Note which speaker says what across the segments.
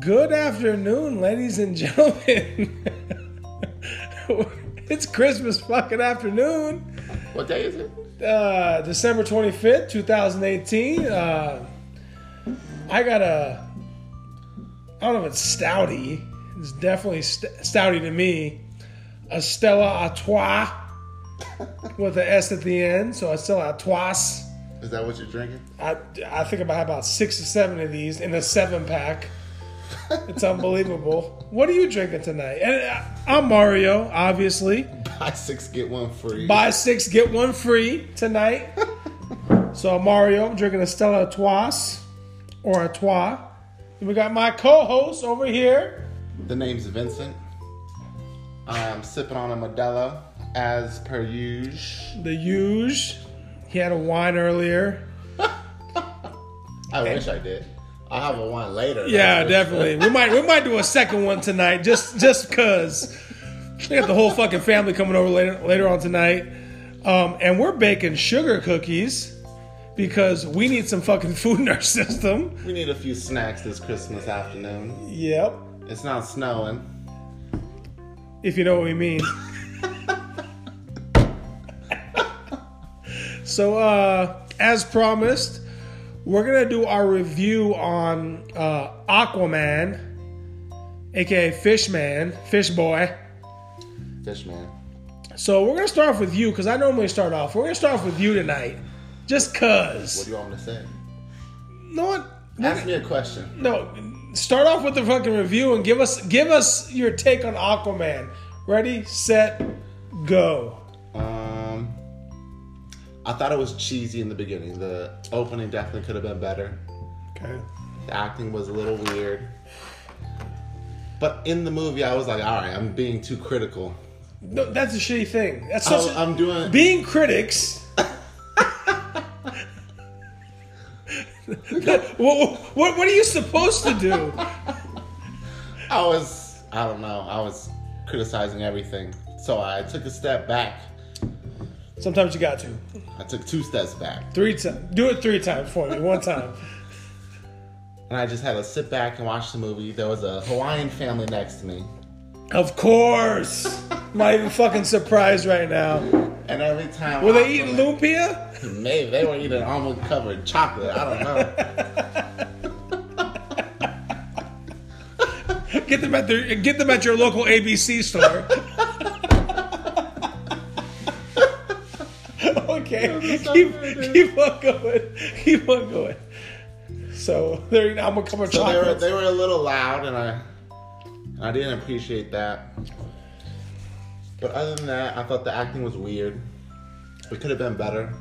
Speaker 1: Good afternoon, ladies and gentlemen. it's Christmas fucking afternoon,
Speaker 2: What day is it?
Speaker 1: uh, December 25th, 2018. Uh, I got a, I don't know if it's stouty. It's definitely st- stouty to me. A Stella Artois with an S at the end. So a Stella Artois.
Speaker 2: Is that what you're drinking?
Speaker 1: I, I think about about six or seven of these in a seven pack. It's unbelievable. what are you drinking tonight? And I- I'm Mario, obviously.
Speaker 2: Buy six, get one free.
Speaker 1: Buy six, get one free tonight. so I'm Mario, I'm drinking a Stella Artois or Artois. And we got my co-host over here.
Speaker 2: The name's Vincent. I'm sipping on a Modelo as per usual.
Speaker 1: The Huge. He had a wine earlier.
Speaker 2: I wish I did. I'll have a wine later.
Speaker 1: Yeah,
Speaker 2: that's for
Speaker 1: definitely. We might we might do a second one tonight just just cause we got the whole fucking family coming over later later on tonight, um, and we're baking sugar cookies because we need some fucking food in our system.
Speaker 2: sure. We need a few snacks this Christmas afternoon.
Speaker 1: Yep,
Speaker 2: It's not snowing.
Speaker 1: if you know what we mean. so uh, as promised, we're gonna do our review on uh, Aquaman, aka Fishman, Fish Boy.
Speaker 2: Fish man.
Speaker 1: So we're gonna start off with you because I normally start off. We're gonna start off with you tonight, just
Speaker 2: What
Speaker 1: cause.
Speaker 2: do you want me to say?
Speaker 1: No, what?
Speaker 2: Ask me a question.
Speaker 1: No, start off with the fucking review and give us give us your take on Aquaman. Ready, set, go.
Speaker 2: Um, I thought it was cheesy in the beginning. The opening definitely could have been better.
Speaker 1: Okay.
Speaker 2: The acting was a little weird. But in the movie, I was like, all right, I'm being too critical.
Speaker 1: No, that's a shitty thing. That's such.
Speaker 2: I,
Speaker 1: a-
Speaker 2: I'm doing.
Speaker 1: being critics. what, what, what are you supposed to do?
Speaker 2: I was. I don't know. I was criticizing everything. So I took a step back.
Speaker 1: Sometimes you got to.
Speaker 2: I took two steps back.
Speaker 1: Three times. Do it three times for me. One time.
Speaker 2: And I just had to sit back and watch the movie. There was a Hawaiian family next to me.
Speaker 1: Of course. I'm not even fucking surprised right now.
Speaker 2: And every time.
Speaker 1: Were
Speaker 2: I-
Speaker 1: they eating lumpia?
Speaker 2: Maybe they were eating almond covered chocolate. I don't know.
Speaker 1: Get them at their, get them at your local ABC store. okay, keep keep on going, keep on going. So there, you go. I'm gonna come with
Speaker 2: So they were
Speaker 1: chocolates.
Speaker 2: they were a little loud, and I I didn't appreciate that. But other than that, I thought the acting was weird. It could have been better.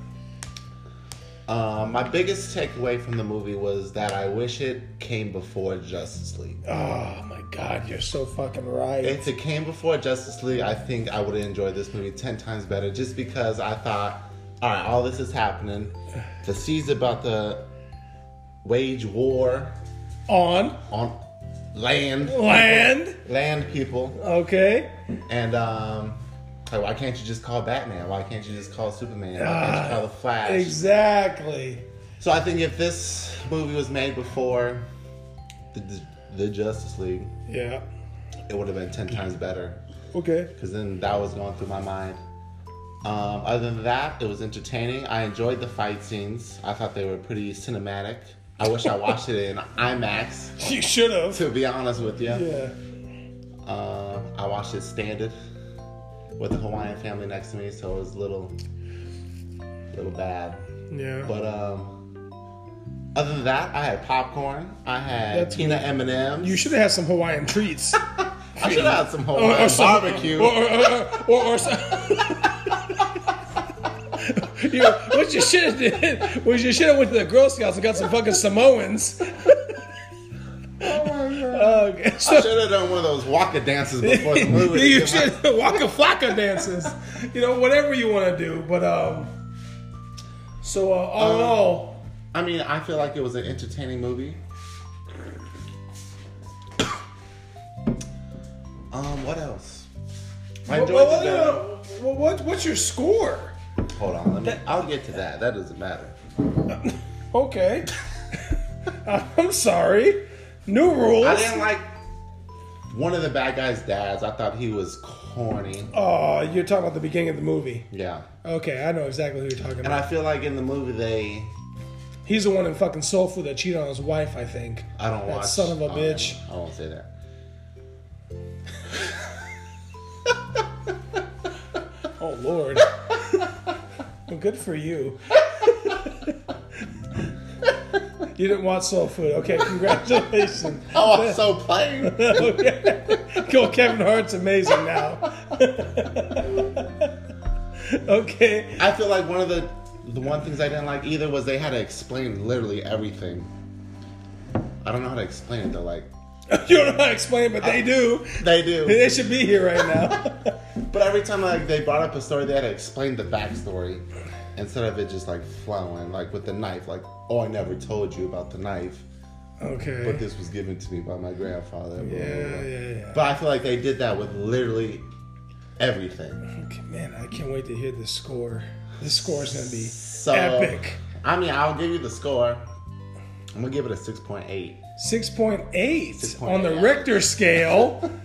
Speaker 2: Um, my biggest takeaway from the movie was that I wish it came before Justice League.
Speaker 1: Oh my god, you're so fucking right.
Speaker 2: If it came before Justice League, I think I would have enjoyed this movie 10 times better just because I thought, all right, all this is happening. The sea's about to wage war
Speaker 1: On
Speaker 2: on land,
Speaker 1: land,
Speaker 2: land people.
Speaker 1: okay.
Speaker 2: And, um, like, why can't you just call Batman? Why can't you just call Superman? Why can't you call The Flash?
Speaker 1: Exactly.
Speaker 2: So I think if this movie was made before the, the, the Justice League,
Speaker 1: Yeah.
Speaker 2: it would have been 10 times better.
Speaker 1: Okay.
Speaker 2: because then that was going through my mind. Um, other than that, it was entertaining. I enjoyed the fight scenes. I thought they were pretty cinematic. I wish I watched it in IMAX.
Speaker 1: You should have.
Speaker 2: To be honest with you,
Speaker 1: Yeah.
Speaker 2: um, I watched it standard with the Hawaiian family next to me, so it was a little, little bad.
Speaker 1: Yeah.
Speaker 2: But um, other than that, I had popcorn. I had
Speaker 1: That's
Speaker 2: peanut M and M's.
Speaker 1: You should have had some Hawaiian treats.
Speaker 2: I should have had some Hawaiian
Speaker 1: Or- or some-
Speaker 2: barbecue.
Speaker 1: Or, or, or, or, or some- you know, what you should have did was you should have went to the Girl Scouts and got some fucking Samoans. Uh, so,
Speaker 2: I should have done one of those waka dances before the movie.
Speaker 1: you
Speaker 2: to get my-
Speaker 1: should walk a flocka dances. You know, whatever you want to do. But um, so uh, all in all,
Speaker 2: I mean, I feel like it was an entertaining movie. um, what else? I
Speaker 1: well,
Speaker 2: enjoyed
Speaker 1: well,
Speaker 2: the
Speaker 1: you know, well, what, what's your score?
Speaker 2: Hold on, let me, I'll get to that. That doesn't matter.
Speaker 1: Okay, I'm sorry. New
Speaker 2: I
Speaker 1: rules.
Speaker 2: didn't like one of the bad guy's dads. I thought he was corny.
Speaker 1: Oh, you're talking about the beginning of the movie.
Speaker 2: Yeah.
Speaker 1: Okay, I know exactly who you're talking
Speaker 2: And
Speaker 1: about.
Speaker 2: I feel like in the movie they
Speaker 1: He's the one in fucking Soul Food that cheated on his wife, I think.
Speaker 2: I don't
Speaker 1: That
Speaker 2: watch
Speaker 1: son of a
Speaker 2: I don't-
Speaker 1: bitch.
Speaker 2: I won't say that.
Speaker 1: Oh Lord. well, good for you. you didn't watch Soul Food. Okay, congratulations.
Speaker 2: Oh, I'm so plain.
Speaker 1: okay. Go Kevin Hart's amazing now. okay.
Speaker 2: I feel like one of the the one things I didn't like either was they had to explain literally everything. I don't know how to explain it though. Like
Speaker 1: You don't know how to explain, it, but they do.
Speaker 2: they do,
Speaker 1: They should be here right now.
Speaker 2: but every time like they brought up a story, they had to explain the backstory instead of it just like flowing, like with the knife. Like, oh, I never told you about the knife, but
Speaker 1: okay.
Speaker 2: this was given to me by my grandfather. blah, blah,
Speaker 1: Yeah,
Speaker 2: blah.
Speaker 1: yeah, yeah.
Speaker 2: But I feel like they did that with literally everything.
Speaker 1: Okay, man, I can't wait to hear the score. The score is gonna be
Speaker 2: So
Speaker 1: epic.
Speaker 2: I mean, I'll give you the score. I'm gonna give it a six point eight.
Speaker 1: Six point eight on the
Speaker 2: 6.8.
Speaker 1: Richter scale.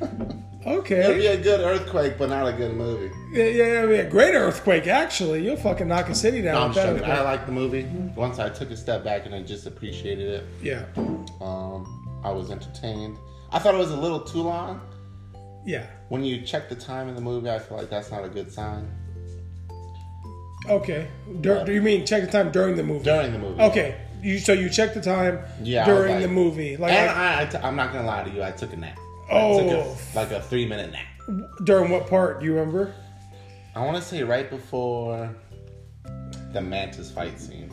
Speaker 2: It'd
Speaker 1: Okay.
Speaker 2: be a good earthquake, but not a good movie.
Speaker 1: Yeah, yeah, it'll be a great earthquake. Actually, you'll fucking knock a city down.
Speaker 2: No, I'm
Speaker 1: with that
Speaker 2: joking. I
Speaker 1: earthquake.
Speaker 2: like the movie. Once I took a step back and I just appreciated it,
Speaker 1: Yeah,
Speaker 2: um, I was entertained. I thought it was a little too long.
Speaker 1: yeah.
Speaker 2: When you check the time in the movie, I feel like that's not a good sign.
Speaker 1: Okay. Dur- do you mean check the time during the movie?
Speaker 2: During the movie.
Speaker 1: Okay. You so you check the time
Speaker 2: Yeah, I was
Speaker 1: during
Speaker 2: like-
Speaker 1: the movie, like,
Speaker 2: And
Speaker 1: like,
Speaker 2: I, I t- I'm not going to lie to you, I took a nap.
Speaker 1: Oh.
Speaker 2: I took a, like a three minute nap.
Speaker 1: during what part? Do you remember?
Speaker 2: I want to say right before the mantis fight scene,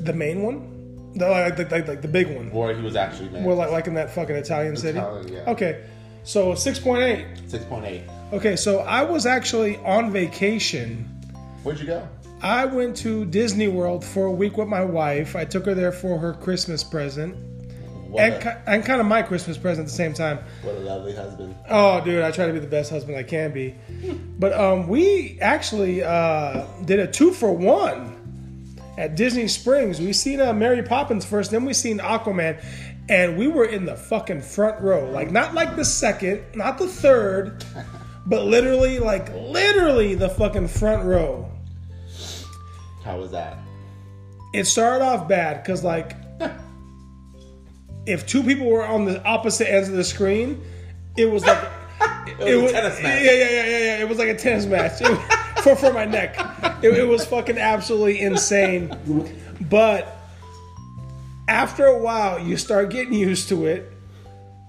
Speaker 1: The main one, the, like, like, like, like the big one.
Speaker 2: where he was actually mantis.
Speaker 1: Well, like like in that fucking Italian city.
Speaker 2: Italian, yeah.
Speaker 1: Okay. So six point eight.
Speaker 2: 6.8.
Speaker 1: Okay, so I was actually on vacation.
Speaker 2: Where'd you go?
Speaker 1: I went to Disney World for a week with my wife. I took her there for her Christmas present
Speaker 2: What,
Speaker 1: and,
Speaker 2: a,
Speaker 1: ki- and kind of my Christmas present at the same time.
Speaker 2: what a lovely husband.
Speaker 1: Oh, dude, I try to be the best husband I can be. But um, we actually uh, did a two for one at Disney Springs. We seen uh, Mary Poppins first, then we seen Aquaman, and we were in the fucking front row. Like, not like the second, not the third, but literally, like, literally the fucking front row.
Speaker 2: How was that?
Speaker 1: it started off bad because like if two people were on the opposite ends of the screen, it was like
Speaker 2: It was a tennis match.
Speaker 1: Yeah, yeah, yeah, yeah, yeah. It was like a tennis match It- for for my neck. It, it was fucking absolutely insane. But after a while, you start getting used to it.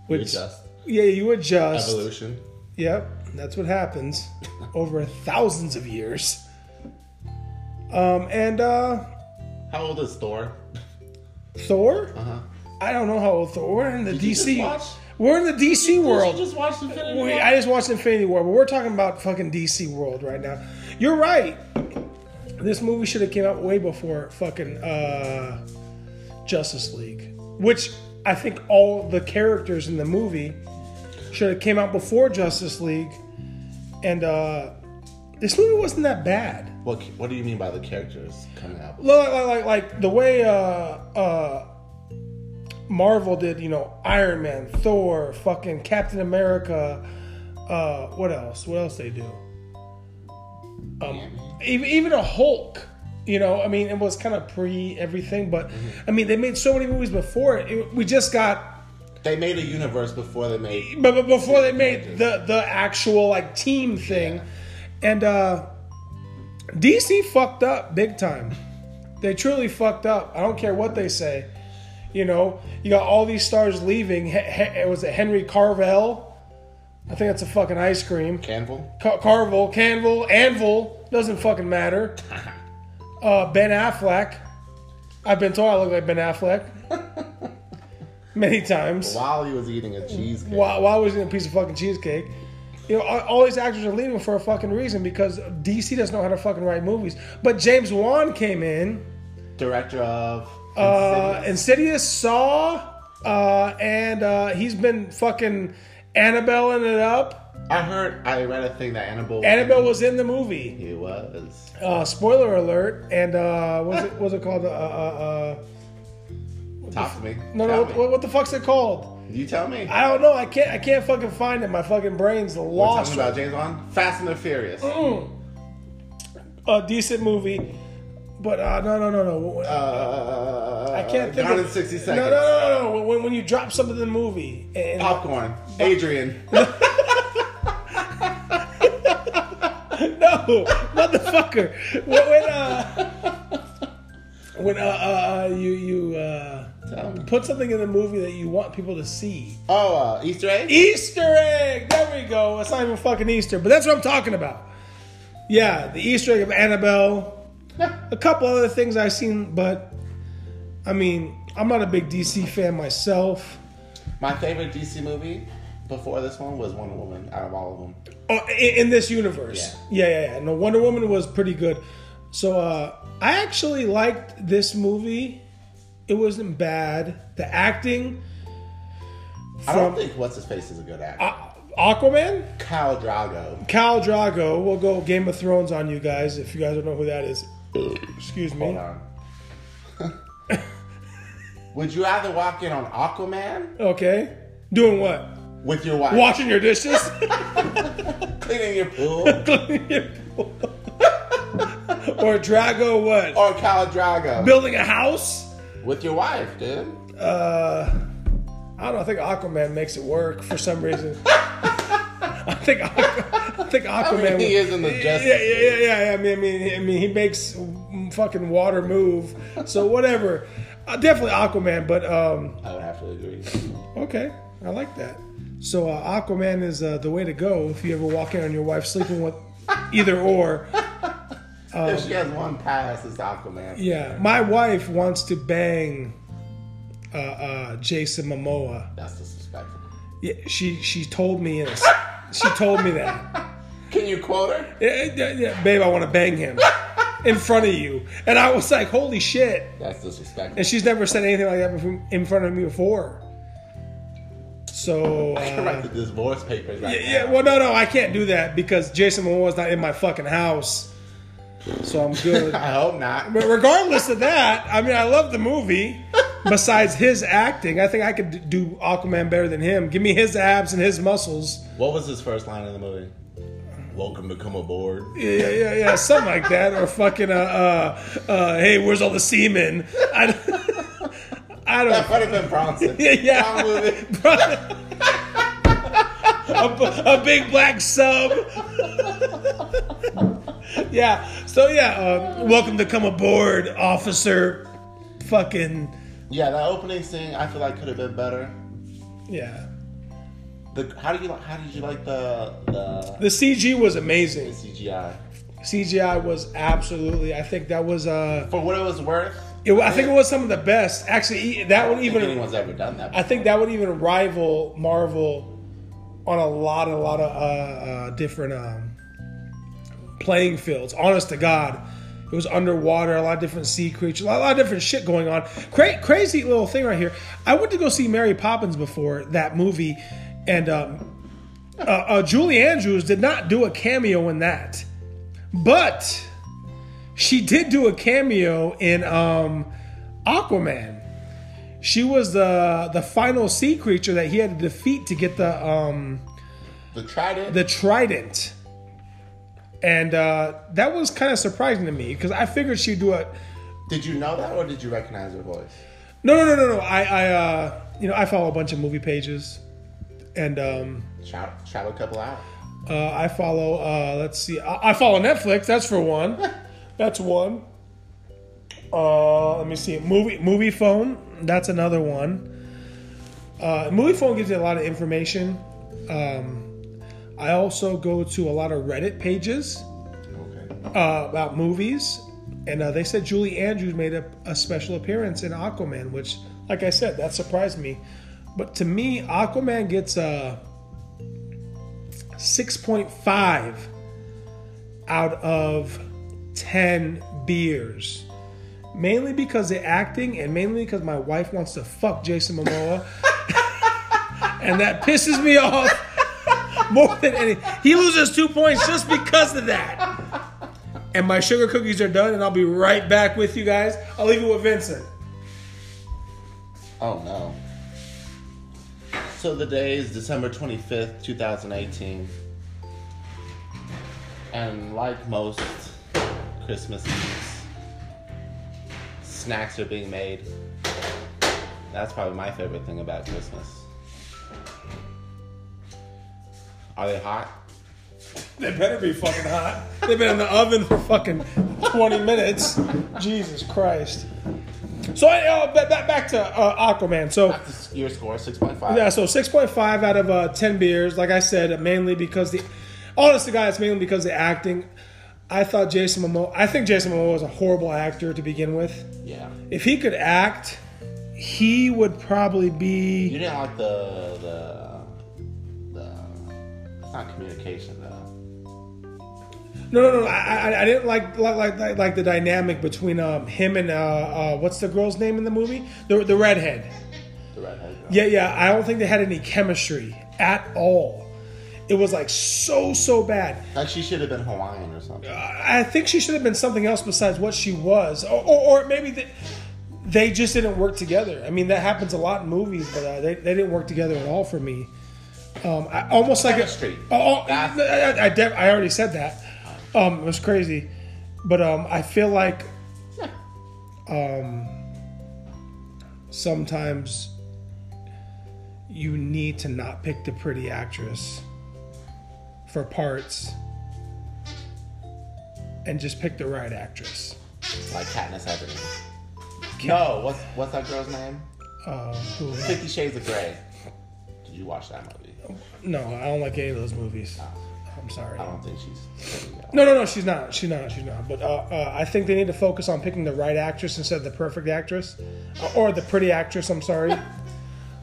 Speaker 1: Which
Speaker 2: Adjust.
Speaker 1: yeah, you adjust.
Speaker 2: Evolution.
Speaker 1: Yep, that's what happens over thousands of years. Um, and uh,
Speaker 2: How old is Thor?
Speaker 1: Thor.
Speaker 2: Uh-huh.
Speaker 1: I don't know how old Thor. We're in the
Speaker 2: you
Speaker 1: DC.
Speaker 2: just watch?
Speaker 1: We're in the DC
Speaker 2: You
Speaker 1: world.
Speaker 2: just watched Infinity
Speaker 1: We-
Speaker 2: War?
Speaker 1: I just watched Infinity War, but we're talking about fucking DC world right now. You're right. This movie should have came out way before fucking uh, Justice League, which I think all the characters in the movie should have came out before Justice League, and uh, this movie wasn't that bad.
Speaker 2: What What do you mean by the characters coming out?
Speaker 1: like like like, like the way uh uh Marvel did, you know, Iron Man, Thor, fucking Captain America, uh what else? What else they do? Um even even a Hulk, you know, I mean it was kind of pre everything, but I mean they made so many movies before it. It- we just got
Speaker 2: They made a universe before they made.
Speaker 1: but, but before they made the the actual like team thing.
Speaker 2: Yeah.
Speaker 1: And uh DC fucked up big time. They truly fucked up. I don't care what they say. You know, you got all these stars leaving. He- he- was it Henry Carvel? I think that's a fucking ice cream.
Speaker 2: Canville.
Speaker 1: Car- Carvel, Canville, Anvil, doesn't fucking matter. Uh, ben Affleck. I've been told I look like Ben Affleck many times
Speaker 2: While he was eating a cheesecake.
Speaker 1: why, why was it a piece of fucking cheesecake? You know, all, all these actors are leaving for a fucking reason because DC doesn't know how to fucking write movies. But James Wan came in,
Speaker 2: Director of.
Speaker 1: uh, Insidious, Saw, uh, and uh, he's been fucking Annabelleing it up.
Speaker 2: I heard. I read a thing that Annabelle.
Speaker 1: Annabelle was in the movie.
Speaker 2: He was.
Speaker 1: Uh, spoiler alert! And uh, what's it? What's it called? Uh, uh, uh,
Speaker 2: Talk to me.
Speaker 1: no,
Speaker 2: Tell
Speaker 1: no.
Speaker 2: me.
Speaker 1: What, what the fuck's it called?
Speaker 2: You tell me.
Speaker 1: I don't know. I can't. I can't fucking find it. My fucking brain's
Speaker 2: We're
Speaker 1: lost. Oh.
Speaker 2: talking about James Bond. Fast and the Furious.
Speaker 1: A decent movie, but uh, no, no, no, no.
Speaker 2: Uh,
Speaker 1: I can't think.
Speaker 2: Gone
Speaker 1: of,
Speaker 2: in sixty
Speaker 1: No,
Speaker 2: seconds.
Speaker 1: no, no, no, no. When, when you drop something in the movie, and
Speaker 2: Popcorn. Adrian.
Speaker 1: no, motherfucker. When, when uh, when uh, uh, uh, you you uh,
Speaker 2: Tell me.
Speaker 1: put something in the movie that you want people to see.
Speaker 2: Oh, uh, Easter egg.
Speaker 1: E- Easter egg. There we go. It's not even fucking Easter, but that's what I'm talking about. Yeah, the Easter egg of Annabelle. a couple other things I've seen, but I mean, I'm not a big DC fan myself.
Speaker 2: My favorite DC movie before this one was Wonder Woman. Out of all of them.
Speaker 1: Oh, i- in, in this universe. Yeah. yeah, yeah, No, Wonder Woman was pretty good. So uh, I actually liked this movie. It wasn't bad. The acting
Speaker 2: I don't
Speaker 1: from
Speaker 2: think what's his face is a good actor.
Speaker 1: A- Aquaman,
Speaker 2: Kyle Drago.
Speaker 1: Cal Drago. We'll go Game of Thrones on you guys if you guys don't know who that is. Excuse
Speaker 2: Hold
Speaker 1: me.
Speaker 2: on. Would you rather walk in on Aquaman
Speaker 1: Okay, doing what?
Speaker 2: with your wife,
Speaker 1: Washing your dishes.
Speaker 2: cleaning your pool,
Speaker 1: Cleaning your pool. or Drago what?
Speaker 2: or Kyle Drago
Speaker 1: Building a house.
Speaker 2: with your wife, dude?
Speaker 1: Uh, I don't know. I think Aquaman makes it work for some reason. I think Aqu- I think Aquaman.
Speaker 2: mean, he is in the Justice
Speaker 1: Yeah, yeah, yeah, yeah. I mean, I mean, I mean, he makes fucking water move. So whatever. Uh, definitely Aquaman, but um,
Speaker 2: I would have to agree.
Speaker 1: okay, I like that. So uh, Aquaman is uh, the way to go if you ever walk in on your wife sleeping with either or.
Speaker 2: if she has one pass, it's Aquaman.
Speaker 1: Um, Yeah, my wife wants to bang uh, uh, Jason Momoa.
Speaker 2: That's disrespectful.
Speaker 1: Yeah, she she told me this. She told me that.
Speaker 2: Can you quote her?
Speaker 1: Yeah, yeah, yeah, babe, I want to bang him in front of you. And I was like, holy shit.
Speaker 2: That's disrespectful.
Speaker 1: And she's never said anything like that before, in front of me before. So
Speaker 2: I
Speaker 1: uh,
Speaker 2: can write the divorce papers right
Speaker 1: yeah,
Speaker 2: now.
Speaker 1: well, no, no, I can't do that because Jason Momoa's not in my fucking house. So I'm good.
Speaker 2: I hope not.
Speaker 1: But regardless of that, I mean, I love the movie. Besides his acting, I think I could d- do Aquaman better than him. Give me his abs and his muscles.
Speaker 2: What was his first line in the movie? Welcome to come aboard.
Speaker 1: Yeah, yeah, yeah, something like that, or fucking uh, uh, uh hey, where's all the semen? I, I
Speaker 2: That
Speaker 1: don't.
Speaker 2: would have been Bronson.
Speaker 1: Yeah, yeah.
Speaker 2: Wrong movie.
Speaker 1: A, a big black sub. yeah. So yeah, uh, welcome to come aboard, officer. Fucking
Speaker 2: Yeah, that opening scene I feel like could have been better.
Speaker 1: yeah.
Speaker 2: The how do you li- how did you like the the
Speaker 1: The CG was amazing.
Speaker 2: CGI
Speaker 1: CGI was absolutely. I think that was. uh
Speaker 2: for what it was worth?
Speaker 1: it, I think it was some of the best. Actually, e- that
Speaker 2: I
Speaker 1: would
Speaker 2: don't think
Speaker 1: even
Speaker 2: anyone's ever done that.
Speaker 1: I think that would even rival Marvel on a lot, a lot of uh, uh, different um, playing fields. Honest to God, it was underwater, a lot of different sea creatures, a lot, a lot of different shit going on. Cra- crazy little thing right here. I went to go see Mary Poppins before that movie, and um, uh, uh, Julie Andrews did not do a cameo in that, but she did do a cameo in um, Aquaman. She was the the final sea creature that he had to defeat to get the um
Speaker 2: the Trident.
Speaker 1: the trident. And uh, that was kind of surprising to me because I figured she'd do it.
Speaker 2: did you know that or did you recognize her voice?
Speaker 1: No, no, no, no, no. I, I, uh, you know, I follow a bunch of movie pages, and um,
Speaker 2: Shout shout a couple out.
Speaker 1: uh, I follow. Uh, let's see. I, I follow Netflix. That's for one. That's one. Uh, let me see. Movie Movie Phone. That's another one. Uh, movie Phone gives you a lot of information. Um, I also go to a lot of Reddit pages
Speaker 2: Okay.
Speaker 1: uh, about movies, and uh, they said Julie Andrews made a, a special appearance in Aquaman, which, like I said, that surprised me. But to me, Aquaman gets uh, a 6.5 out of 10 beers. Mainly because the acting, and mainly because my wife wants to fuck Jason Momoa. and that pisses me off more than any. He loses two points just because of that and my sugar cookies are done, and I'll be right back with you guys. I'll leave you with Vincent.
Speaker 2: Oh no. Oh, So the day is December 25th, 2018. And like most Christmas Eves, snacks are being made. That's probably my favorite thing about Christmas. Are they hot?
Speaker 1: They better be fucking hot. They've been in the oven for fucking 20 minutes. Jesus Christ. So, uh, ba- ba- back to uh, Aquaman. So,
Speaker 2: Your score 6.5.
Speaker 1: Yeah, so 6.5 out of uh, 10 beers. Like I said, mainly because the. Honest to God, it's mainly because the acting. I thought Jason Momoa. I think Jason Momoa was a horrible actor to begin with.
Speaker 2: Yeah.
Speaker 1: If he could act, he would probably
Speaker 2: You
Speaker 1: be.
Speaker 2: didn't like the the the. It's not communication though.
Speaker 1: No, no, no. I, I, I didn't like like, like like like the dynamic between um, him and uh, uh, what's the girl's name in the movie? The the redhead.
Speaker 2: The redhead. Girl.
Speaker 1: Yeah, yeah. I don't think they had any chemistry at all. It was like so so bad.
Speaker 2: Like she should have been Hawaiian or something.
Speaker 1: I think she should have been something else besides what she was, or, or, or maybe they, they just didn't work together. I mean, that happens a lot in movies, but uh, they, they didn't work together at all for me. Um, I, almost like
Speaker 2: Chemistry.
Speaker 1: A, oh, oh,
Speaker 2: That's-
Speaker 1: I, I, def- I already said that. Um, it was crazy, but um, I feel like um, sometimes you need to not pick the pretty actress for parts and just pick the right actress.
Speaker 2: Like Katniss Everdeen. No, what's what's that girl's name?
Speaker 1: Um, who-
Speaker 2: Fifty Shades of Grey. Did you watch that movie?
Speaker 1: no, I don't like any of those movies. I'm sorry.
Speaker 2: I don't think she's. pretty, though.
Speaker 1: No, no, no, she's not. She's not. She's not. But uh, uh, I think they need to focus on picking the right actress instead of the perfect actress, Uh, or the pretty actress. I'm sorry.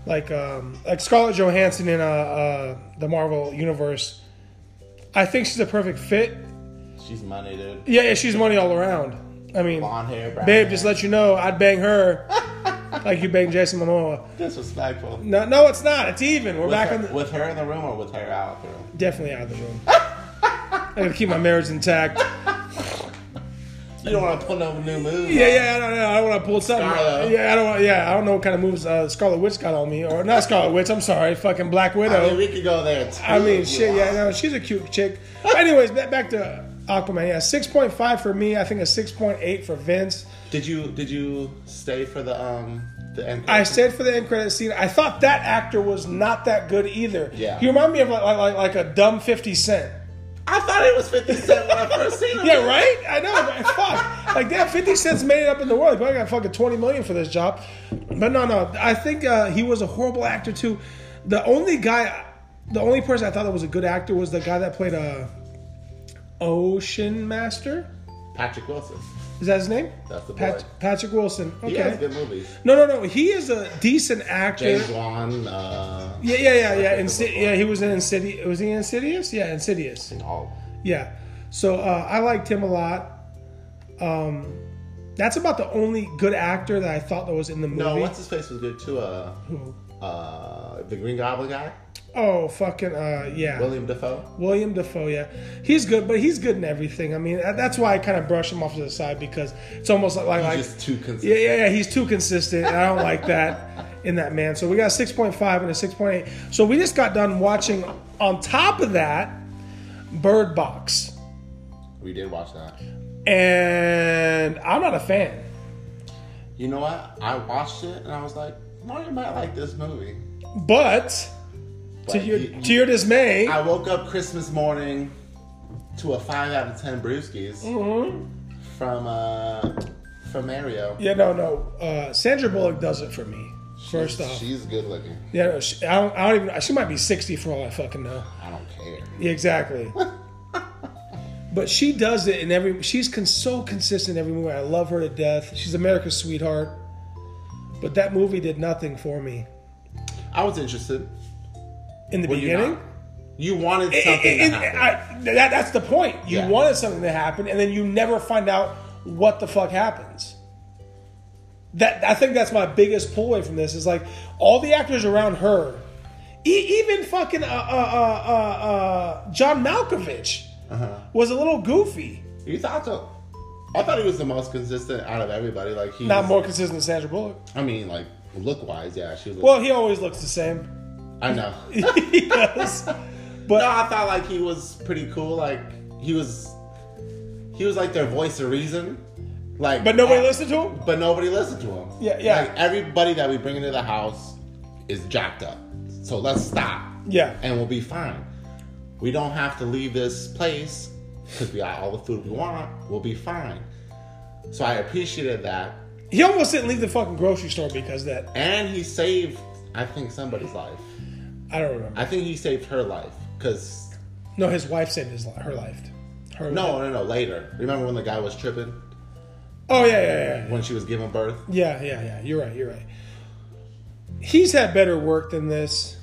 Speaker 1: like um, like Scarlett Johansson in uh, uh, the Marvel universe. I think she's a perfect fit.
Speaker 2: She's money, dude.
Speaker 1: Yeah, yeah, she's money all around. I mean,
Speaker 2: Blonde hair, brown.
Speaker 1: babe,
Speaker 2: hair.
Speaker 1: just let you know, I'd bang her like you banged Jason Momoa.
Speaker 2: disrespectful. With
Speaker 1: No, no, it's not. It's even. We're back
Speaker 2: her,
Speaker 1: on the,
Speaker 2: with her in the room or with her out of the room?
Speaker 1: definitely out of the room. I gotta keep my marriage intact.
Speaker 2: You don't want to pull no new moves.
Speaker 1: Yeah, yeah, I don't know. I don't want to pull something.
Speaker 2: Scarlet.
Speaker 1: Yeah, I don't. want- Yeah, I don't know what kind of moves uh, Scarlet Witch got on me, or not Scarlet Witch. I'm sorry, fucking Black Widow.
Speaker 2: I mean, we could go there. too
Speaker 1: I mean,
Speaker 2: if you
Speaker 1: shit, yeah,
Speaker 2: want.
Speaker 1: no, she's a cute chick. Anyways, ba- back to Aquaman. Yeah, six point five for me. I think a six point eight for Vince.
Speaker 2: Did you did you stay for the um the end?
Speaker 1: I said for the end credit scene, I thought that actor was not that good either.
Speaker 2: Yeah.
Speaker 1: he reminded me of like like, like a dumb Fifty Cent.
Speaker 2: I thought it was Fifty Cent when I first seen it.
Speaker 1: Yeah, right? I know. but fuck. Like, damn, 50 Cent's made it up in the world. He probably got fucking 20 million for this job. But no, no. I think uh, he was a horrible actor, too. The only guy, the only person I thought that was a good actor was the guy that played uh, Ocean Master.
Speaker 2: Patrick Wilson.
Speaker 1: Is that his name?
Speaker 2: That's the Uh, boy.
Speaker 1: Pat- Patrick Wilson. Okay.
Speaker 2: He has good movies.
Speaker 1: no, no, no. He is a decent actor.
Speaker 2: James Wan. Uh,
Speaker 1: yeah, yeah, yeah, yeah. Insid- yeah, he was in Insidious. Was he in Insidious? Yeah, Insidious.
Speaker 2: and all.
Speaker 1: Yeah. So uh, I liked him a lot. Um, that's about the only good actor that I thought that was in the movie.
Speaker 2: No, what's his face was good too. Uh, uh, the Green Goblin guy,
Speaker 1: oh fucking uh, yeah,
Speaker 2: William Defoe.
Speaker 1: William Defoe. Yeah, he's good, but he's good in everything. I mean, that- that's why I kind of brush him off to the side because it's almost like like
Speaker 2: Just too consistent.
Speaker 1: yeah, yeah, yeah. He's too consistent. and I don't like that in that man. So we got 6.5 and a 6.8. So we just got done watching. On top of that, Bird Box,
Speaker 2: We did watch that.
Speaker 1: and I'm not a fan.
Speaker 2: You know what? I watched it and I was like, Mario might like this movie.
Speaker 1: But to
Speaker 2: But
Speaker 1: your
Speaker 2: you-
Speaker 1: to your dismay,
Speaker 2: I woke up Christmas morning to a five out of ten brewskis from uh from Mario.
Speaker 1: yeah, no, no. Uh, Sandra Bullock does it for me. First off,
Speaker 2: she's good looking.
Speaker 1: yeah, no, she, I, don't, I don't even. She might be sixty for all I fucking know.
Speaker 2: I don't care.
Speaker 1: Yeah, exactly. but she does it in every. She's con- so consistent in every movie. I love her to death. She's America's sweetheart. But that movie did nothing for me
Speaker 2: I was interested.
Speaker 1: in the
Speaker 2: Were you
Speaker 1: beginning.
Speaker 2: not? You wanted
Speaker 1: It-
Speaker 2: something
Speaker 1: it-
Speaker 2: to
Speaker 1: it-
Speaker 2: happen.
Speaker 1: I- that- that's the point. You
Speaker 2: Yeah.
Speaker 1: wanted something to happen, and then you never find out what the fuck happens. That I think that's my biggest pull away from this is like all the actors around her, e- even fucking uh, uh, uh, uh, uh, John Malkovich
Speaker 2: Uh-huh.
Speaker 1: was a little goofy.
Speaker 2: you thought so? I thought he was the most consistent out of everybody. Like he
Speaker 1: Not
Speaker 2: was-
Speaker 1: more consistent than Sandra Bullock.
Speaker 2: I mean, like look wise, yeah, she was.
Speaker 1: Well, he always looks the same.
Speaker 2: I know.
Speaker 1: yes. But
Speaker 2: no, I thought like he was pretty cool. Like he was, he was like their voice of reason. Like,
Speaker 1: but nobody
Speaker 2: uh,
Speaker 1: listened to him?
Speaker 2: But nobody listened to him.
Speaker 1: Yeah, yeah.
Speaker 2: Like everybody that we bring into the house is jacked up. So let's stop,
Speaker 1: Yeah.
Speaker 2: and we'll be fine. We don't have to leave this place because we got all the food we want. We'll be fine. So I appreciated that,
Speaker 1: He almost didn't leave the fucking grocery store because of that.
Speaker 2: and he saved, I think, somebody's life.
Speaker 1: I don't remember.
Speaker 2: I think he saved her life because
Speaker 1: No, his wife saved his life. Her life. Her
Speaker 2: No, no, no. Later. Remember when the guy was tripping
Speaker 1: Oh, yeah, yeah, yeah.
Speaker 2: when she was giving birth?
Speaker 1: Yeah, yeah, yeah. You're right. You're right. He's had better work than this.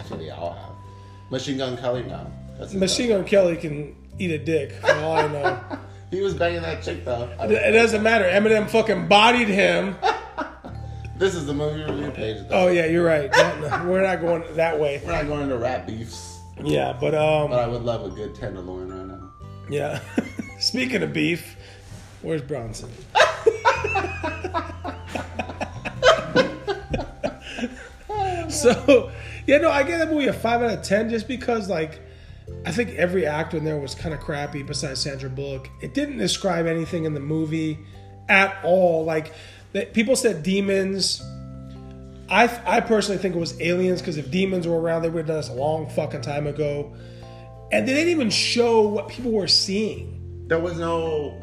Speaker 2: I think they all have. Machine Gun Kelly, no. That's his
Speaker 1: Machine Gun Kelly can eat a dick, for all I know.
Speaker 2: brother. He was banging that chick though. I mean,
Speaker 1: It doesn't matter. Eminem fucking bodied him.
Speaker 2: this is the movie review page.
Speaker 1: Oh
Speaker 2: Though.
Speaker 1: yeah, you're right. No, no, we're not going that way.
Speaker 2: We're not going into rap beefs,
Speaker 1: Yeah, but
Speaker 2: but
Speaker 1: um,
Speaker 2: I would love a good tenderloin right now.
Speaker 1: yeah. Speaking of beef, where's Bronson? so, yeah, no, I gave that movie a five out of ten just because, like, I think every actor in there was kind of crappy besides Sandra Bullock. It didn't describe anything in the movie at all. Like, the, people said demons. I, I personally think it was aliens because if demons were around, they would have done this a long fucking time ago. And they didn't even show what people were seeing.
Speaker 2: There was no,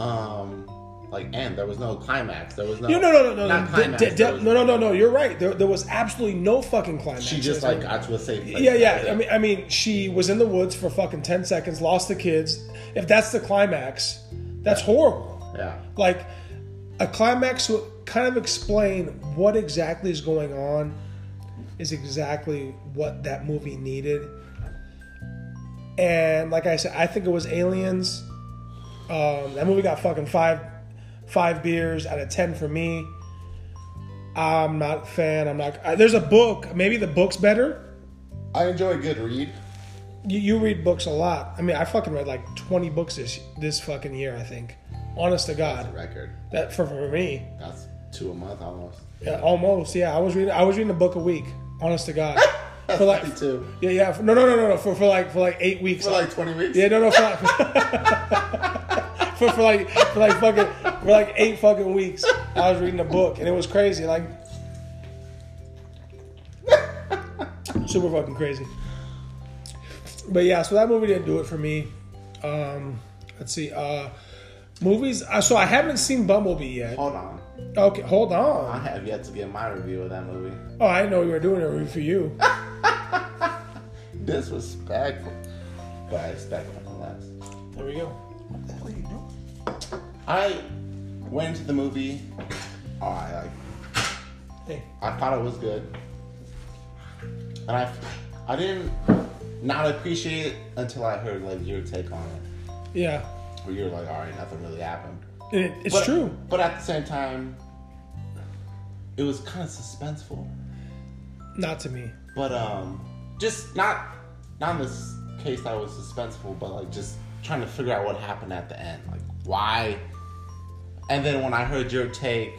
Speaker 2: um, like end. There was no climax. There was no.
Speaker 1: No, no, no, no, no,
Speaker 2: Not
Speaker 1: no.
Speaker 2: climax.
Speaker 1: De- de-
Speaker 2: there was-
Speaker 1: no, no, no, no. You're right. There, there was absolutely no fucking climax.
Speaker 2: She just like got to a safe place.
Speaker 1: Yeah, yeah. I mean, I mean, she was in the woods for fucking ten seconds, lost the kids. If that's the climax, that's horrible.
Speaker 2: yeah.
Speaker 1: Like a climax would kind of explain what exactly is going on is exactly what that movie needed. And like I said, I think it was Aliens. Um, that movie got fucking five five beers out of ten for me. I'm not a fan. I'm not. I, there's a book. Maybe the book's better.
Speaker 2: I enjoy a good read.
Speaker 1: You, you read books a lot. I mean, I fucking read like 20 books this this fucking year. I think, honest to God,
Speaker 2: Record.
Speaker 1: that for, for me,
Speaker 2: That's two a month almost.
Speaker 1: yeah, Uh, almost. Yeah, I was reading. I was reading a book a week. Honest to God, for like,
Speaker 2: Me too.
Speaker 1: yeah, yeah. For, no, no, no, no, no. For for like for like eight weeks.
Speaker 2: For like twenty weeks.
Speaker 1: yeah, no, no. For like, for, for like for like fucking for like eight fucking weeks, I was reading a book and it was crazy. Like. Super fucking crazy. But yeah, so that movie didn't do it for me. Um, let's see. Uh, movies. Uh, so I haven't seen Bumblebee yet.
Speaker 2: Hold on.
Speaker 1: Okay, hold
Speaker 2: I
Speaker 1: on.
Speaker 2: have yet to get my review of that movie.
Speaker 1: Oh, I didn't know you were doing a review for you.
Speaker 2: Disrespectful. But I expect one nonetheless.
Speaker 1: There we go.
Speaker 2: I went to the movie. Oh, I like.
Speaker 1: Hey.
Speaker 2: I thought it was good, and I, I didn't not appreciate it until I heard like your take on it,
Speaker 1: Yeah,
Speaker 2: where you were like, "All right, nothing really happened."
Speaker 1: And it, it's
Speaker 2: But-
Speaker 1: true.
Speaker 2: But at the same time, it was kind of suspenseful.
Speaker 1: Not to me.
Speaker 2: But um, just not not in this case I was suspenseful, but like just trying to figure out what happened at the end, like why. And then when I heard your take,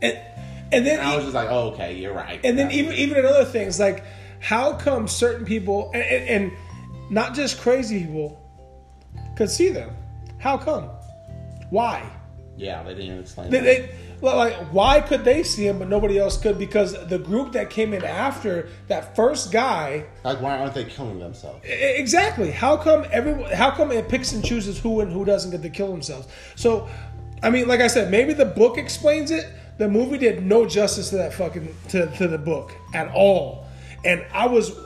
Speaker 1: And and then e-,
Speaker 2: I was just like, oh, okay, you're right.
Speaker 1: and then
Speaker 2: That-
Speaker 1: even even in other things like how come certain people and, and, and not just crazy people could see them how come why
Speaker 2: yeah, they didn't explain.
Speaker 1: they,
Speaker 2: that.
Speaker 1: they, well, like why could they see him but nobody else could because the group that came in after that first guy
Speaker 2: like why aren't they killing themselves?
Speaker 1: E- Exactly. How come everyone? How come it picks and chooses who and who doesn't get to kill themselves? So, I mean, like I said, maybe the book explains it. The movie did no justice to that fucking to, to the book at all. And I was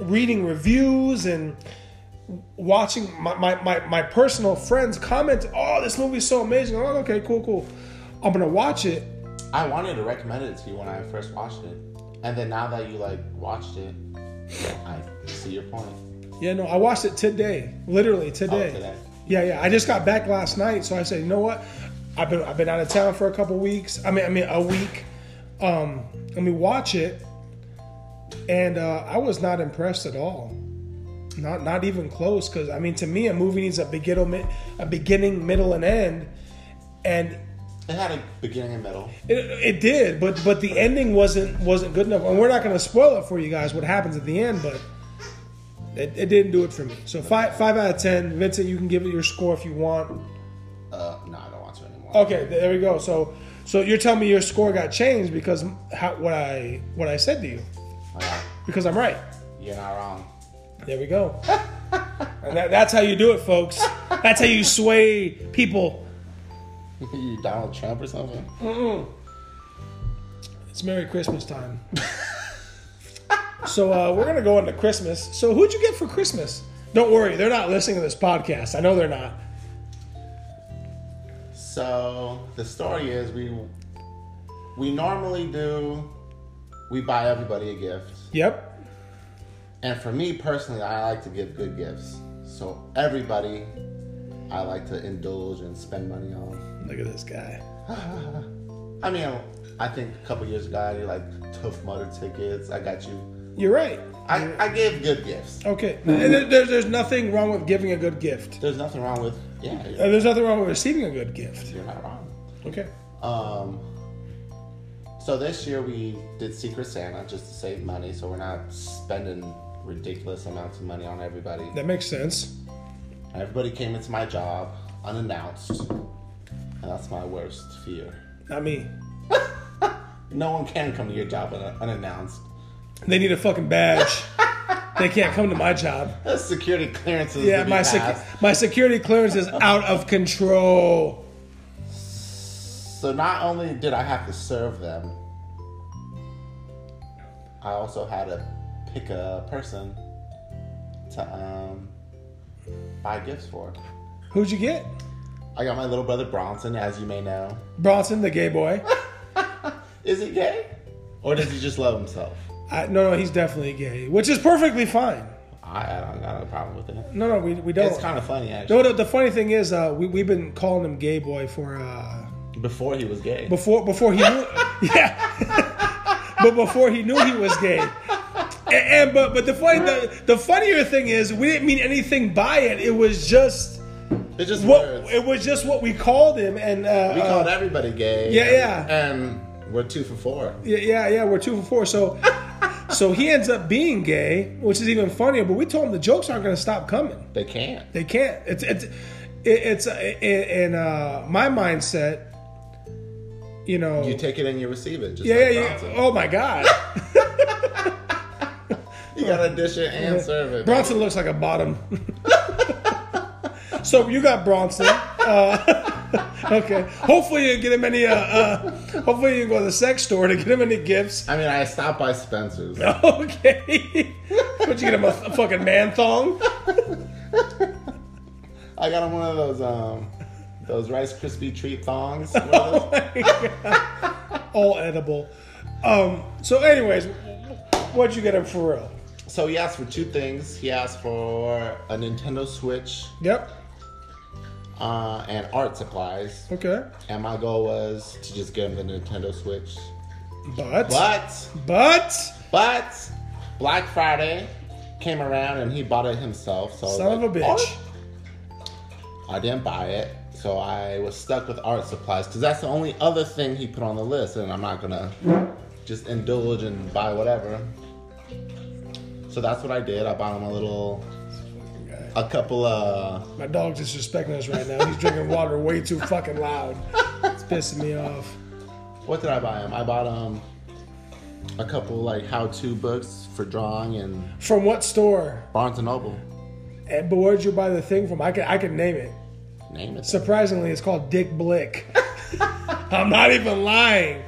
Speaker 1: reading reviews and watching my, my, my, my personal friends comment, "Oh, this movie's so amazing." I'm like, "Okay, cool, cool. I'm gonna watch it."
Speaker 2: I wanted to recommend it to you when I first watched it, and then now that you like watched it, I see your point.
Speaker 1: Yeah, no, I watched it today, literally today.
Speaker 2: today.
Speaker 1: Yeah, yeah. I just got back last night, so I said, you know what? I've been I've been out of town for a couple weeks. I mean, I mean a week. Um, let me watch it, and uh, I was not impressed at all. Not not even close. Because I mean, to me, a movie needs a beginning, a beginning, middle, and end, and
Speaker 2: It had a beginning and middle.
Speaker 1: It, it did, but but the ending wasn't wasn't good enough. And we're not going to spoil it for you guys what happens at the end, but it, it didn't do it for me. So five five out of ten. Vincent, you can give it your score if you want.
Speaker 2: Uh, no, I don't want to anymore.
Speaker 1: Okay, there we go. So so you're telling me your score got changed because how, what I what I said to you
Speaker 2: Uh,
Speaker 1: because I'm right.
Speaker 2: you're not wrong.
Speaker 1: There we go. and that, that's how you do it, folks. That's how you sway people.
Speaker 2: you Donald Trump or something?
Speaker 1: It's Merry Christmas time. so uh, we're gonna go into Christmas. So who'd you get for Christmas? Don't worry, they're not listening to this podcast. I know they're not.
Speaker 2: So the story is we we normally do we buy everybody a gift,
Speaker 1: Yep.
Speaker 2: and for me personally, I like to give good gifts. So everybody, I like to indulge and spend money on.
Speaker 1: Look at this guy.
Speaker 2: I mean, I think a couple years ago, I did like Tough Mudder tickets. I got you.
Speaker 1: You're right.
Speaker 2: I I give good gifts.
Speaker 1: Okay. And there- there's there's nothing wrong with giving a good gift.
Speaker 2: There's nothing wrong with yeah.
Speaker 1: Uh,
Speaker 2: You're,
Speaker 1: There's nothing wrong with receiving a good gift.
Speaker 2: you're not wrong.
Speaker 1: Okay.
Speaker 2: Um, so this year we did Secret Santa just to save money, so we're not spending ridiculous amounts of money on everybody.
Speaker 1: That makes sense.
Speaker 2: Everybody came into my job unannounced, and that's my worst fear.
Speaker 1: Not me.
Speaker 2: No one can come to your job un- unannounced.
Speaker 1: They need a fucking badge. they can't come to my job.
Speaker 2: The security clearances.
Speaker 1: Yeah,
Speaker 2: to be
Speaker 1: my
Speaker 2: passed.
Speaker 1: sec- my security clearance is out of control.
Speaker 2: So not only did I have to serve them, I also had to pick a person to um, buy gifts for.
Speaker 1: Who'd you get?
Speaker 2: I got my little brother Bronson, as you may know.
Speaker 1: Bronson, the gay boy.
Speaker 2: Is he gay? Or does he just love himself?
Speaker 1: I, no, no, he's definitely gay, which is perfectly fine.
Speaker 2: I, I don't got a problem with it.
Speaker 1: No, no, we, we don't.
Speaker 2: It's kind of funny, actually.
Speaker 1: no, no, the funny thing is, uh, we we've been calling him gay boy for uh,
Speaker 2: Before he was gay.
Speaker 1: before before he knew, yeah, but before he knew he was gay. And, and but but the funny the, the funnier thing is, we didn't mean anything by it. It was just
Speaker 2: It's just
Speaker 1: what
Speaker 2: words.
Speaker 1: it was just what we called him, and uh,
Speaker 2: we
Speaker 1: uh,
Speaker 2: called everybody gay.
Speaker 1: yeah,
Speaker 2: and,
Speaker 1: yeah.
Speaker 2: And we're two for four.
Speaker 1: Yeah, yeah, yeah. We're two for four. So, so he ends up being gay, which is even funnier. But we told him the jokes aren't going to stop coming.
Speaker 2: They can't.
Speaker 1: They can't. It's it's it, it's uh, in in, uh, my mindset. You know.
Speaker 2: You take it and you receive it. Just
Speaker 1: yeah,
Speaker 2: like
Speaker 1: yeah, yeah.
Speaker 2: Bronson.
Speaker 1: Oh my God,
Speaker 2: You gotta dish it and serve it.
Speaker 1: Bronson looks like a bottom. so you got Bronson. Uh, okay. Hopefully you didn't get him any. Uh, uh, hopefully you didn't go to the sex store to get him any gifts.
Speaker 2: I mean, I stopped by Spencer's.
Speaker 1: Okay. Would you get him a, a fucking man thong?
Speaker 2: I got him one of those um, those Rice Krispie treat thongs. One of those-
Speaker 1: all edible. Um, so, anyways, what'd you get him for real?
Speaker 2: So he asked for two things. He asked for a Nintendo Switch
Speaker 1: Yep.
Speaker 2: uh, and art supplies.
Speaker 1: Okay.
Speaker 2: And my goal was to just get him the Nintendo Switch.
Speaker 1: But but,
Speaker 2: But, but, Black Friday came around and he bought it himself. So I was
Speaker 1: son of a
Speaker 2: like,
Speaker 1: bitch.
Speaker 2: "Art?" I didn't buy it. So I was stuck with art supplies because that's the only other thing he put on the list. And I'm not going to just indulge and buy whatever. So that's what I did. I bought him a little, a couple of.
Speaker 1: My dog's disrespecting us right now. He's drinking water way too fucking loud. It's pissing me off.
Speaker 2: What did I buy him? I bought um a couple like how-to books for drawing and
Speaker 1: From what store?
Speaker 2: Barnes and Noble.
Speaker 1: And, but where'd you buy the thing from? I can I can name it.
Speaker 2: Name it.
Speaker 1: Surprisingly, it's called Dick Blick. I'm not even lying.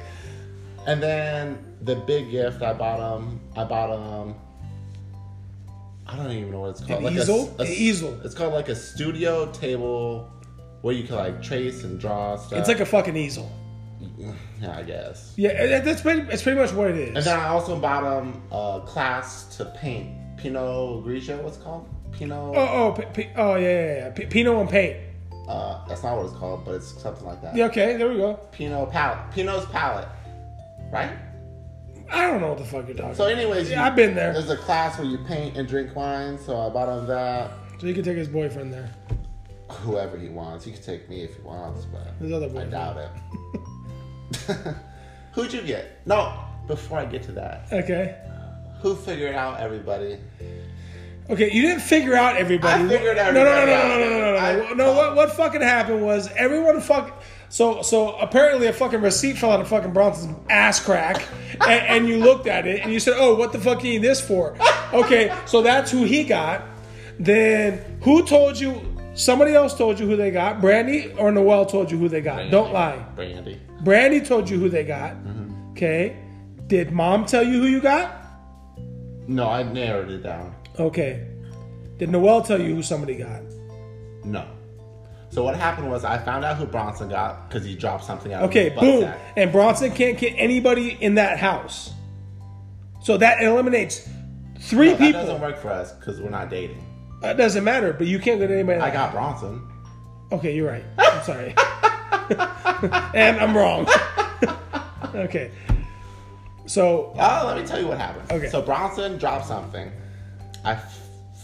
Speaker 2: and then the big gift I bought him. I bought him. I don't even know what it's called.
Speaker 1: An
Speaker 2: like a s-
Speaker 1: easel?
Speaker 2: a s-
Speaker 1: An easel.
Speaker 2: It's called like a studio table where you can like trace and draw stuff.
Speaker 1: It's like a fucking easel.
Speaker 2: yeah, I guess.
Speaker 1: Yeah, and that- that's pretty. That's pretty much what it is.
Speaker 2: And then I also bought him a class to paint Pinot Grigio. What's it called? Pinot.
Speaker 1: Oh, oh, p- p- oh, yeah, yeah, yeah. P- Pinot and paint.
Speaker 2: Uh, that's not what it's called, but it's something like that.
Speaker 1: Yeah, okay, there we go.
Speaker 2: Pinot palette. Pinot's palette, right?
Speaker 1: I don't know what the fuck you're talking.
Speaker 2: So,
Speaker 1: about.
Speaker 2: anyways,
Speaker 1: Yeah, I've been there.
Speaker 2: There's a class where you paint and drink wine, so I bought him that.
Speaker 1: So you can take his boyfriend there.
Speaker 2: whoever he wants. He can take me if he wants, but
Speaker 1: His other
Speaker 2: I
Speaker 1: boyfriend.
Speaker 2: doubt it. Who'd you get? No, before I get to that,
Speaker 1: Okay.
Speaker 2: who figured out everybody?
Speaker 1: Okay, you didn't figure out everybody.
Speaker 2: I figured
Speaker 1: no, no, no,
Speaker 2: everybody
Speaker 1: no,
Speaker 2: out.
Speaker 1: no, no, no, no, no.
Speaker 2: I-
Speaker 1: no, what, what fucking happened was everyone fuck. So, so apparently a fucking receipt fell out of fucking Bronson's ass crack, and, and you looked at it and you said, "Oh, what the fuck do you need this for?" Okay, so that's who he got. Then who told you? Somebody else told you who they got. Brandy or Noel told you who they got. Don't lie.
Speaker 2: Brandy.
Speaker 1: Brandy told you who they got. Okay. Did mom tell you who you got?
Speaker 2: No, I narrowed it down.
Speaker 1: Okay. Did Noel tell you who somebody got?
Speaker 2: No. So what happened was I found out who Bronson got because he dropped something out
Speaker 1: Okay,
Speaker 2: of his butt
Speaker 1: boom.
Speaker 2: sack.
Speaker 1: And Bronson can't get anybody in that house. So that eliminates three
Speaker 2: No, that
Speaker 1: people.
Speaker 2: doesn't work for us because we're not dating.
Speaker 1: That doesn't matter, but you can't get anybody.
Speaker 2: I got Bronson.
Speaker 1: okay, you're right. I'm sorry. and I'm wrong. okay. So,
Speaker 2: Oh, let me tell you what happened.
Speaker 1: Okay.
Speaker 2: So Bronson dropped something. I f-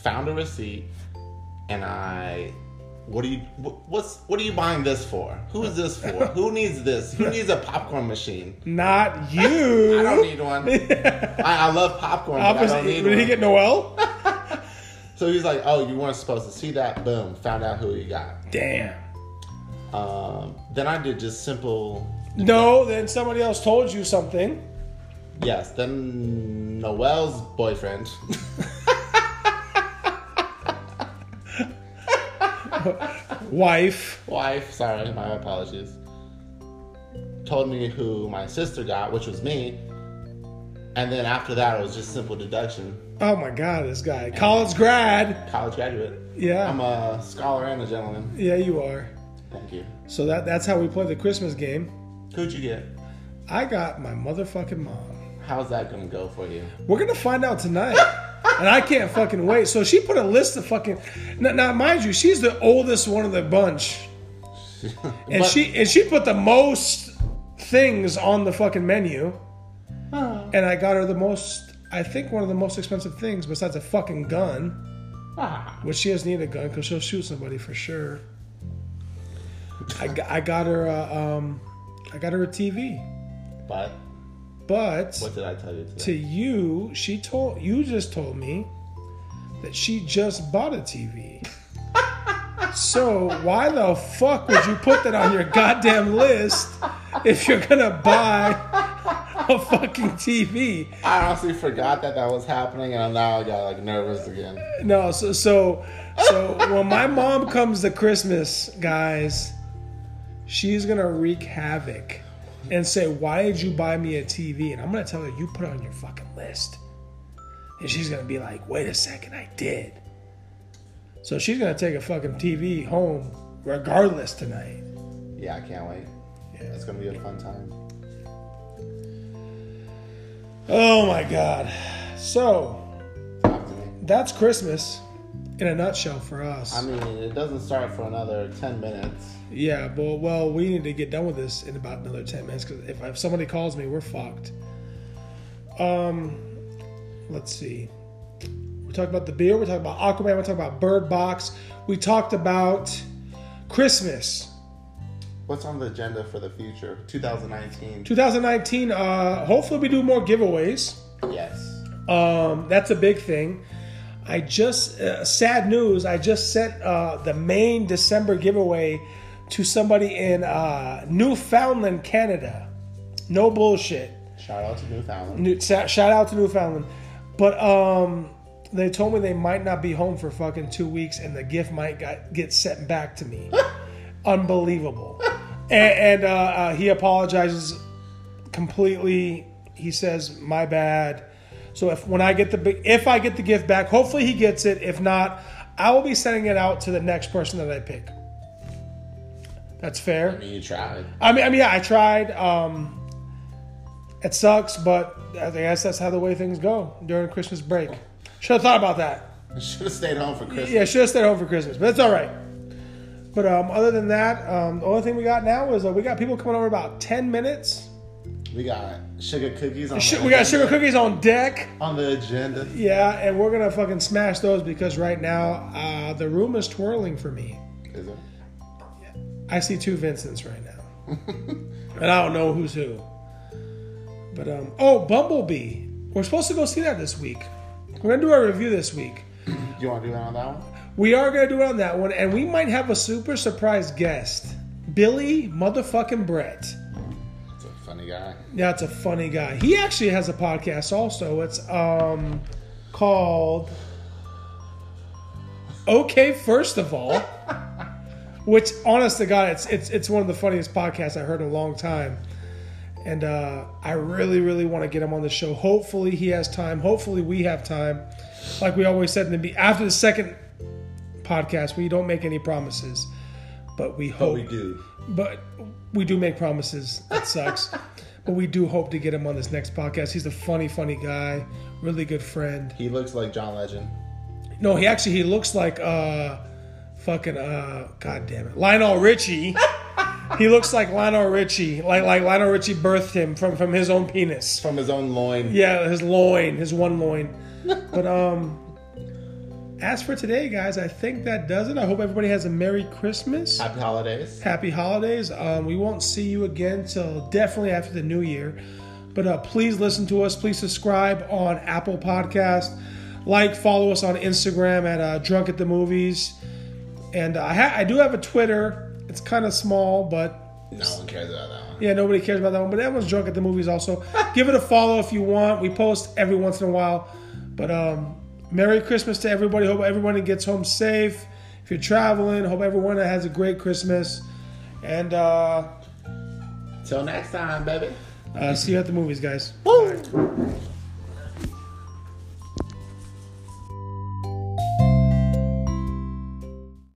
Speaker 2: found a receipt, and I, what do you, wh- what's, what are you buying this for? Who is this for? Who needs this? Who needs a popcorn machine?
Speaker 1: not you.
Speaker 2: I don't need one. I, I love popcorn. But I
Speaker 1: Opposite-
Speaker 2: don't need
Speaker 1: did he
Speaker 2: one.
Speaker 1: get Noel?
Speaker 2: so he's like, oh, you weren't supposed to see that. Boom, found out who you got.
Speaker 1: Damn.
Speaker 2: Um, then I did just simple.
Speaker 1: No, then somebody else told you something.
Speaker 2: Yes. Then Noel's boyfriend.
Speaker 1: Wife.
Speaker 2: wife, sorry, my apologies, told me who my sister got, which was me. And then after that, it was just simple deduction.
Speaker 1: Oh my God, this guy. College grad.
Speaker 2: College graduate.
Speaker 1: Yeah.
Speaker 2: I'm a scholar and a gentleman.
Speaker 1: yeah, you are.
Speaker 2: Thank you.
Speaker 1: So that, that's how we play the Christmas game.
Speaker 2: Who'd you get?
Speaker 1: I got my motherfucking mom.
Speaker 2: How's that gonna go for you?
Speaker 1: We're gonna find out tonight. and I can't fucking wait. So she put a list of fucking now, now mind you, she's the oldest one of the bunch. And
Speaker 2: But-
Speaker 1: she and she put the most things on the fucking menu.
Speaker 2: Ah,
Speaker 1: And I got her the most I think one of the most expensive things besides a fucking gun.
Speaker 2: ah.
Speaker 1: Which she doesn't need a gun because she'll shoot somebody for sure. I, g- I got her uh, um I got her a TV.
Speaker 2: But
Speaker 1: But
Speaker 2: what did I tell you today?
Speaker 1: to you, she told you just told me that she just bought a TV. so why the fuck would you put that on your goddamn list if you're gonna buy a fucking TV?
Speaker 2: I honestly forgot that that was happening, and now I got like nervous again.
Speaker 1: No, so so so when my mom comes to Christmas, guys, she's gonna wreak havoc and say, "Why did you buy me a TV?" And I'm gonna tell her, "You put it on your fucking list." And she's gonna be like, "Wait a second, I did." So she's gonna take a fucking TV home, regardless tonight.
Speaker 2: Yeah, I can't wait. Yeah, it's gonna be a fun time.
Speaker 1: Oh my god! So
Speaker 2: Talk to me.
Speaker 1: that's Christmas in a nutshell for us.
Speaker 2: I mean, it doesn't start for another ten minutes.
Speaker 1: Yeah, but well, we need to get done with this in about another ten minutes because if, if somebody calls me, we're fucked. Um, let's see. We talked about the beer. We talked about Aquaman. We talked about Bird Box. We talked about Christmas,
Speaker 2: What's on the agenda for the future? 2019.
Speaker 1: 2019. Uh, hopefully, we do more giveaways.
Speaker 2: Yes.
Speaker 1: Um, that's a big thing. I just uh, sad news. I just sent uh, the main December giveaway to somebody in uh, Newfoundland, Canada. No bullshit.
Speaker 2: Shout out to Newfoundland.
Speaker 1: New, sa- shout out to Newfoundland, but um, they told me they might not be home for fucking two weeks, and the gift might got, get sent back to me. Unbelievable. And, and uh, uh, he apologizes completely. He says, "My bad." So if when I get the big- if I get the gift back, hopefully he gets it. If not, I will be sending it out to the next person that I pick. That's fair.
Speaker 2: I mean, you tried.
Speaker 1: I mean, I mean, yeah, I tried. Um, it sucks, but I guess that's how the way things go during Christmas break. Should have thought about that.
Speaker 2: Should have stayed home for Christmas.
Speaker 1: Yeah, should have stayed home for Christmas, but it's all right. But um, other than that, um, the only thing we got now is uh, we got people coming over about ten minutes.
Speaker 2: We got sugar cookies on.
Speaker 1: Sh-
Speaker 2: the
Speaker 1: We got
Speaker 2: agenda-
Speaker 1: sugar cookies on deck.
Speaker 2: on the agenda.
Speaker 1: Yeah, and we're gonna fucking smash those because right now uh, the room is twirling for me.
Speaker 2: Is it?
Speaker 1: I see two Vincents right now, and I don't know who's who. But um, oh, Bumblebee. We're supposed to go see that this week. We're gonna do our review this week.
Speaker 2: You want to do that on that one?
Speaker 1: We are gonna do it on that one, and we might have a super surprise guest, Billy motherfucking Brett.
Speaker 2: It's a funny guy.
Speaker 1: Yeah, it's a funny guy. He actually has a podcast also. It's um called Okay First of All. Which honest to God, it's it's it's one of the funniest podcasts I heard in a long time. And uh, I really, really want to get him on the show. Hopefully he has time. Hopefully we have time. Like we always said in the be after the second podcast, we don't make any promises. But we hope
Speaker 2: But we do.
Speaker 1: but we do make promises. That sucks. but we do hope to get him on this next podcast. He's a funny, funny guy, really good friend.
Speaker 2: He looks like John Legend.
Speaker 1: No, he actually he looks like uh fucking uh god damn it. Lionel Richie. he looks like Lionel Richie. Like like Lionel Richie birthed him from from his own penis.
Speaker 2: From his own loin.
Speaker 1: Yeah, his loin, his one loin. But um as for today, guys, I think that does it. I hope everybody has a Merry Christmas.
Speaker 2: Happy holidays.
Speaker 1: happy holidays. Um, we won't see you again till definitely after the new year. But uh, please listen to us. Please subscribe on Apple Podcast. Like, follow us on Instagram at uh, Drunk at the Movies. And uh, I, ha- I do have a Twitter. It's kind of small, but
Speaker 2: No one cares about that one.
Speaker 1: yeah, nobody cares about that one. But that one's drunk at the movies. Also, give it a follow if you want. We post every once in a while. But um, Merry Christmas to everybody. Hope everyone gets home safe. If you're traveling, hope everyone has a great Christmas. And uh,
Speaker 2: Till next time, baby.
Speaker 1: uh, see you at the movies, guys.
Speaker 2: Woo!